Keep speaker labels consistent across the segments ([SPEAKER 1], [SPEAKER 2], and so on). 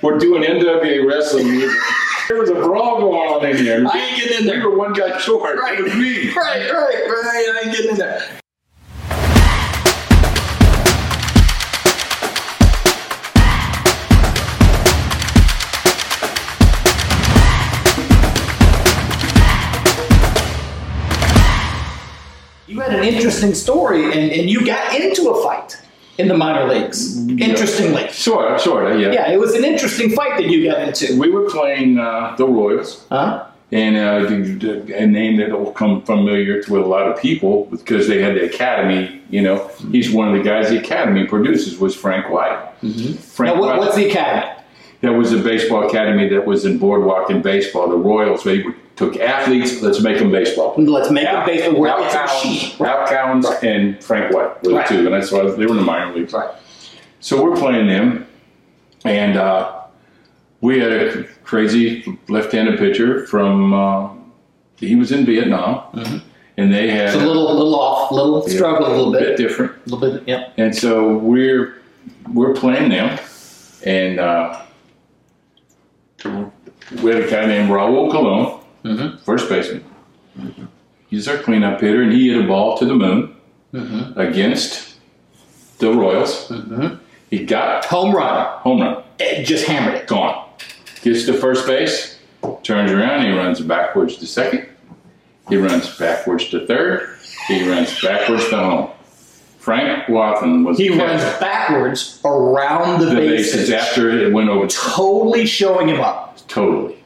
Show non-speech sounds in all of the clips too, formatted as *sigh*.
[SPEAKER 1] We're doing NWA wrestling. music. There was a brawl going on in here.
[SPEAKER 2] I ain't getting in
[SPEAKER 1] You
[SPEAKER 2] there.
[SPEAKER 1] were one guy short.
[SPEAKER 2] Right.
[SPEAKER 1] It was me.
[SPEAKER 2] Right, right, right. *laughs* I ain't getting in there.
[SPEAKER 3] You had an interesting story, and, and you got into a fight in the minor leagues. Interestingly.
[SPEAKER 1] Sure, sure, yeah.
[SPEAKER 3] Yeah, it was an interesting fight that you got into.
[SPEAKER 1] We were playing uh, the Royals,
[SPEAKER 3] Huh?
[SPEAKER 1] and uh, the- the- a name that will come familiar to a lot of people because they had the Academy. You know, he's one of the guys the Academy produces was Frank White.
[SPEAKER 2] Mm-hmm.
[SPEAKER 1] Frank
[SPEAKER 3] Now, what,
[SPEAKER 1] White.
[SPEAKER 3] what's the academy?
[SPEAKER 1] That was a baseball academy that was in Boardwalk in baseball. The Royals they took athletes. Let's make them baseball. players.
[SPEAKER 3] Let's make
[SPEAKER 1] Al-
[SPEAKER 3] a baseball where
[SPEAKER 1] Al
[SPEAKER 3] it's a
[SPEAKER 1] Cowens-
[SPEAKER 3] sheet.
[SPEAKER 1] Al Cowens and Frank White were
[SPEAKER 3] Right.
[SPEAKER 1] the two, and that's why they were in the minor leagues.
[SPEAKER 3] Right.
[SPEAKER 1] So we're playing them, and uh, we had a crazy left-handed pitcher from. Uh, he was in Vietnam, and they had
[SPEAKER 3] It's Mm-hmm. a little, little off, little
[SPEAKER 1] yeah,
[SPEAKER 3] struggle a little bit,
[SPEAKER 1] different.
[SPEAKER 3] a little bit. Yeah.
[SPEAKER 1] And so we're we're playing them, and uh, we had a guy named Raul Colon,
[SPEAKER 3] Mhm.
[SPEAKER 1] first baseman. He's our cleanup hitter, and he hit a ball to the moon
[SPEAKER 3] Mm-hmm.
[SPEAKER 1] against the Royals. He got
[SPEAKER 3] Home run.
[SPEAKER 1] home run,
[SPEAKER 3] It just hammered it.
[SPEAKER 1] gone. Gets to first base, turns around, he runs backwards to second. He runs backwards to third. He runs backwards to home. Frank Wathan was
[SPEAKER 3] He
[SPEAKER 1] the
[SPEAKER 3] runs
[SPEAKER 1] catcher.
[SPEAKER 3] backwards around the,
[SPEAKER 1] the
[SPEAKER 3] bases,
[SPEAKER 1] bases after it went over
[SPEAKER 3] totally showing him up.
[SPEAKER 1] totally.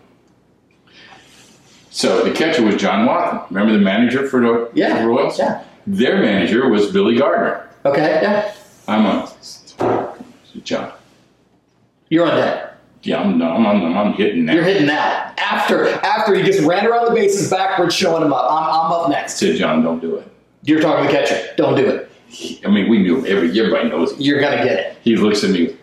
[SPEAKER 1] So the catcher was John Watson. Remember the manager for the
[SPEAKER 3] Yeah,
[SPEAKER 1] Royals?
[SPEAKER 3] yeah.
[SPEAKER 1] Their manager was Billy Gardner.
[SPEAKER 3] Okay, yeah.
[SPEAKER 1] I'm on John.
[SPEAKER 3] You're on that.
[SPEAKER 1] Yeah, I'm, I'm, I'm, I'm hitting
[SPEAKER 3] You're
[SPEAKER 1] that.
[SPEAKER 3] hitting that. After after he just ran around the bases backwards, showing him up. I'm, I'm up next.
[SPEAKER 1] Said John, don't do it.
[SPEAKER 3] You're talking to the catcher. Don't do it.
[SPEAKER 1] I mean, we knew every everybody knows. it.
[SPEAKER 3] You're gonna get it.
[SPEAKER 1] He looks at me.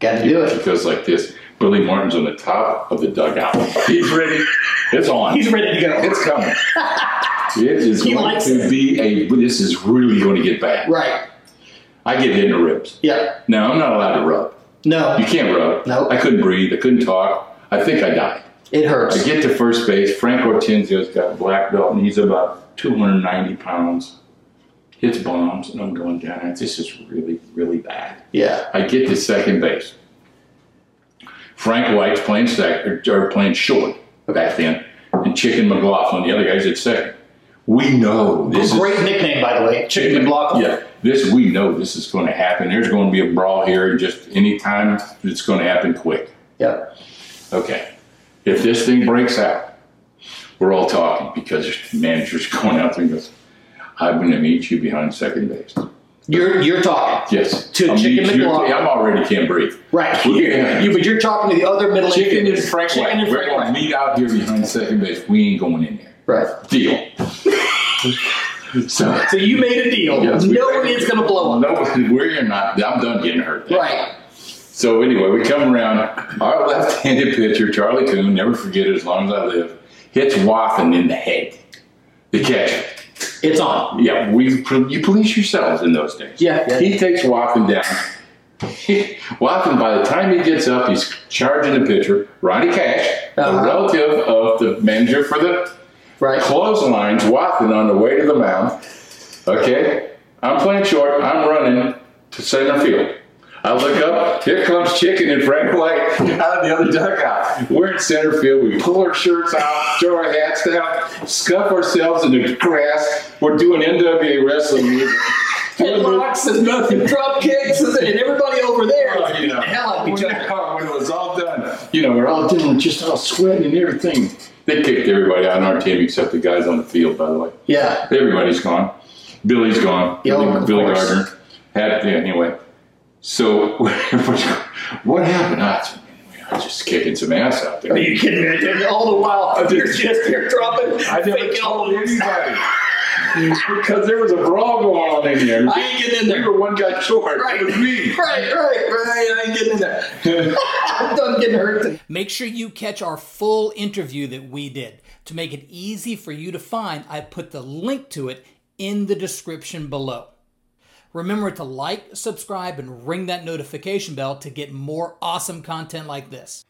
[SPEAKER 3] Gotta do
[SPEAKER 1] He
[SPEAKER 3] it.
[SPEAKER 1] goes like this. Billy Martin's on the top of the dugout. He's ready. It's on.
[SPEAKER 3] He's ready to go.
[SPEAKER 1] it's coming. It is
[SPEAKER 3] He
[SPEAKER 1] going
[SPEAKER 3] likes
[SPEAKER 1] to
[SPEAKER 3] it.
[SPEAKER 1] be a. This is really going to get bad.
[SPEAKER 3] Right.
[SPEAKER 1] I get hit in the ribs.
[SPEAKER 3] Yeah.
[SPEAKER 1] No, I'm not allowed to rub. You
[SPEAKER 3] No.
[SPEAKER 1] can't rub.
[SPEAKER 3] Nope.
[SPEAKER 1] I couldn't breathe. I couldn't talk. I think I died.
[SPEAKER 3] It
[SPEAKER 1] I
[SPEAKER 3] hurts.
[SPEAKER 1] get to first base. Frank Hortenzio's got a black belt, and he's about 290 pounds. Hits bombs, and I'm going down. This is really, really bad.
[SPEAKER 3] Yeah.
[SPEAKER 1] I get to second base. Frank White's playing second or playing short back then, and Chicken McLaughlin, the other guy's at second. We know this is
[SPEAKER 3] Great nickname, by the way. Chicken and block.
[SPEAKER 1] yeah, this we know this is going to happen. There's going to be a brawl here. Just anytime it's going to happen quick.
[SPEAKER 3] Yep.
[SPEAKER 1] Okay, if this thing breaks out, we're all talking because *laughs* the manager's going out there and goes, "I'm going to meet you behind second base."
[SPEAKER 3] You're you're talking.
[SPEAKER 1] Yes,
[SPEAKER 3] To
[SPEAKER 1] I'll
[SPEAKER 3] Chicken
[SPEAKER 1] meet you-
[SPEAKER 3] McLaughlin.
[SPEAKER 1] I'm already can't breathe.
[SPEAKER 3] Right.
[SPEAKER 1] Yeah.
[SPEAKER 3] You, but you're talking to the other middle
[SPEAKER 1] Chicken and
[SPEAKER 3] infielders.
[SPEAKER 1] Frank
[SPEAKER 3] Chicken
[SPEAKER 1] White.
[SPEAKER 3] and
[SPEAKER 1] We're
[SPEAKER 3] Frank
[SPEAKER 1] going to
[SPEAKER 3] White.
[SPEAKER 1] meet out here behind second base. We ain't going in there.
[SPEAKER 3] Right. *laughs*
[SPEAKER 1] Deal. so
[SPEAKER 3] So you made a deal,
[SPEAKER 1] Yes, we-
[SPEAKER 3] knowing it's gonna blow up.
[SPEAKER 1] no, we're not. I'm done getting hurt.
[SPEAKER 3] Right.
[SPEAKER 1] So anyway, we come around. Our left-handed pitcher, Charlie Coon, never forget it as long as I live, hits Wathan in the head. The catcher.
[SPEAKER 3] It's on.
[SPEAKER 1] Yeah, we you police yourselves in those days.
[SPEAKER 3] Yeah. yeah.
[SPEAKER 1] He takes Wathan down. *laughs* Wathan, by the time he gets up, he's charging the pitcher, Ronnie Cash, a
[SPEAKER 3] Uh-huh.
[SPEAKER 1] relative of the manager for the
[SPEAKER 3] Right.
[SPEAKER 1] clotheslines Wathan on the way to the mound. Okay, I'm playing short. I'm running to center field. I look up. Here comes Chicken and Frank White out of the other dugout. We're in center field. We pull our shirts out, throw our hats down, scuff ourselves in the grass. We're doing NWA wrestling music.
[SPEAKER 3] Headlocks and nothing, drop kicks, and and everybody over there
[SPEAKER 1] Oh,
[SPEAKER 3] is beating
[SPEAKER 1] yeah.
[SPEAKER 3] the hell out of each other.
[SPEAKER 1] When it was all done, you know, we're all doing just all sweating and everything. They kicked everybody out on our team except the guys on the field, by the way.
[SPEAKER 3] Yeah.
[SPEAKER 1] Everybody's gone. Billy's gone.
[SPEAKER 3] Yeah,
[SPEAKER 1] Billy,
[SPEAKER 3] of
[SPEAKER 1] Billy
[SPEAKER 3] course.
[SPEAKER 1] Gardner. Had, yeah, anyway. So *laughs* what happened? I was, I was just kicking some ass out there.
[SPEAKER 3] Are you kidding me? And all the while, you're just you're dropping,
[SPEAKER 1] I never
[SPEAKER 3] faking all
[SPEAKER 1] told
[SPEAKER 3] of this.
[SPEAKER 1] anybody because there was a brawl going on in here.
[SPEAKER 2] I ain't getting in
[SPEAKER 1] You
[SPEAKER 2] there.
[SPEAKER 1] were one guy short.
[SPEAKER 3] Right.
[SPEAKER 1] It was me.
[SPEAKER 3] Right, right, right. I ain't getting in there.
[SPEAKER 1] *laughs*
[SPEAKER 3] I'm done getting hurt.
[SPEAKER 4] Make sure you catch our full interview that we did. To make it easy for you to find, I put the link to it in the description below. Remember to like, subscribe, and ring that notification bell to get more awesome content like this.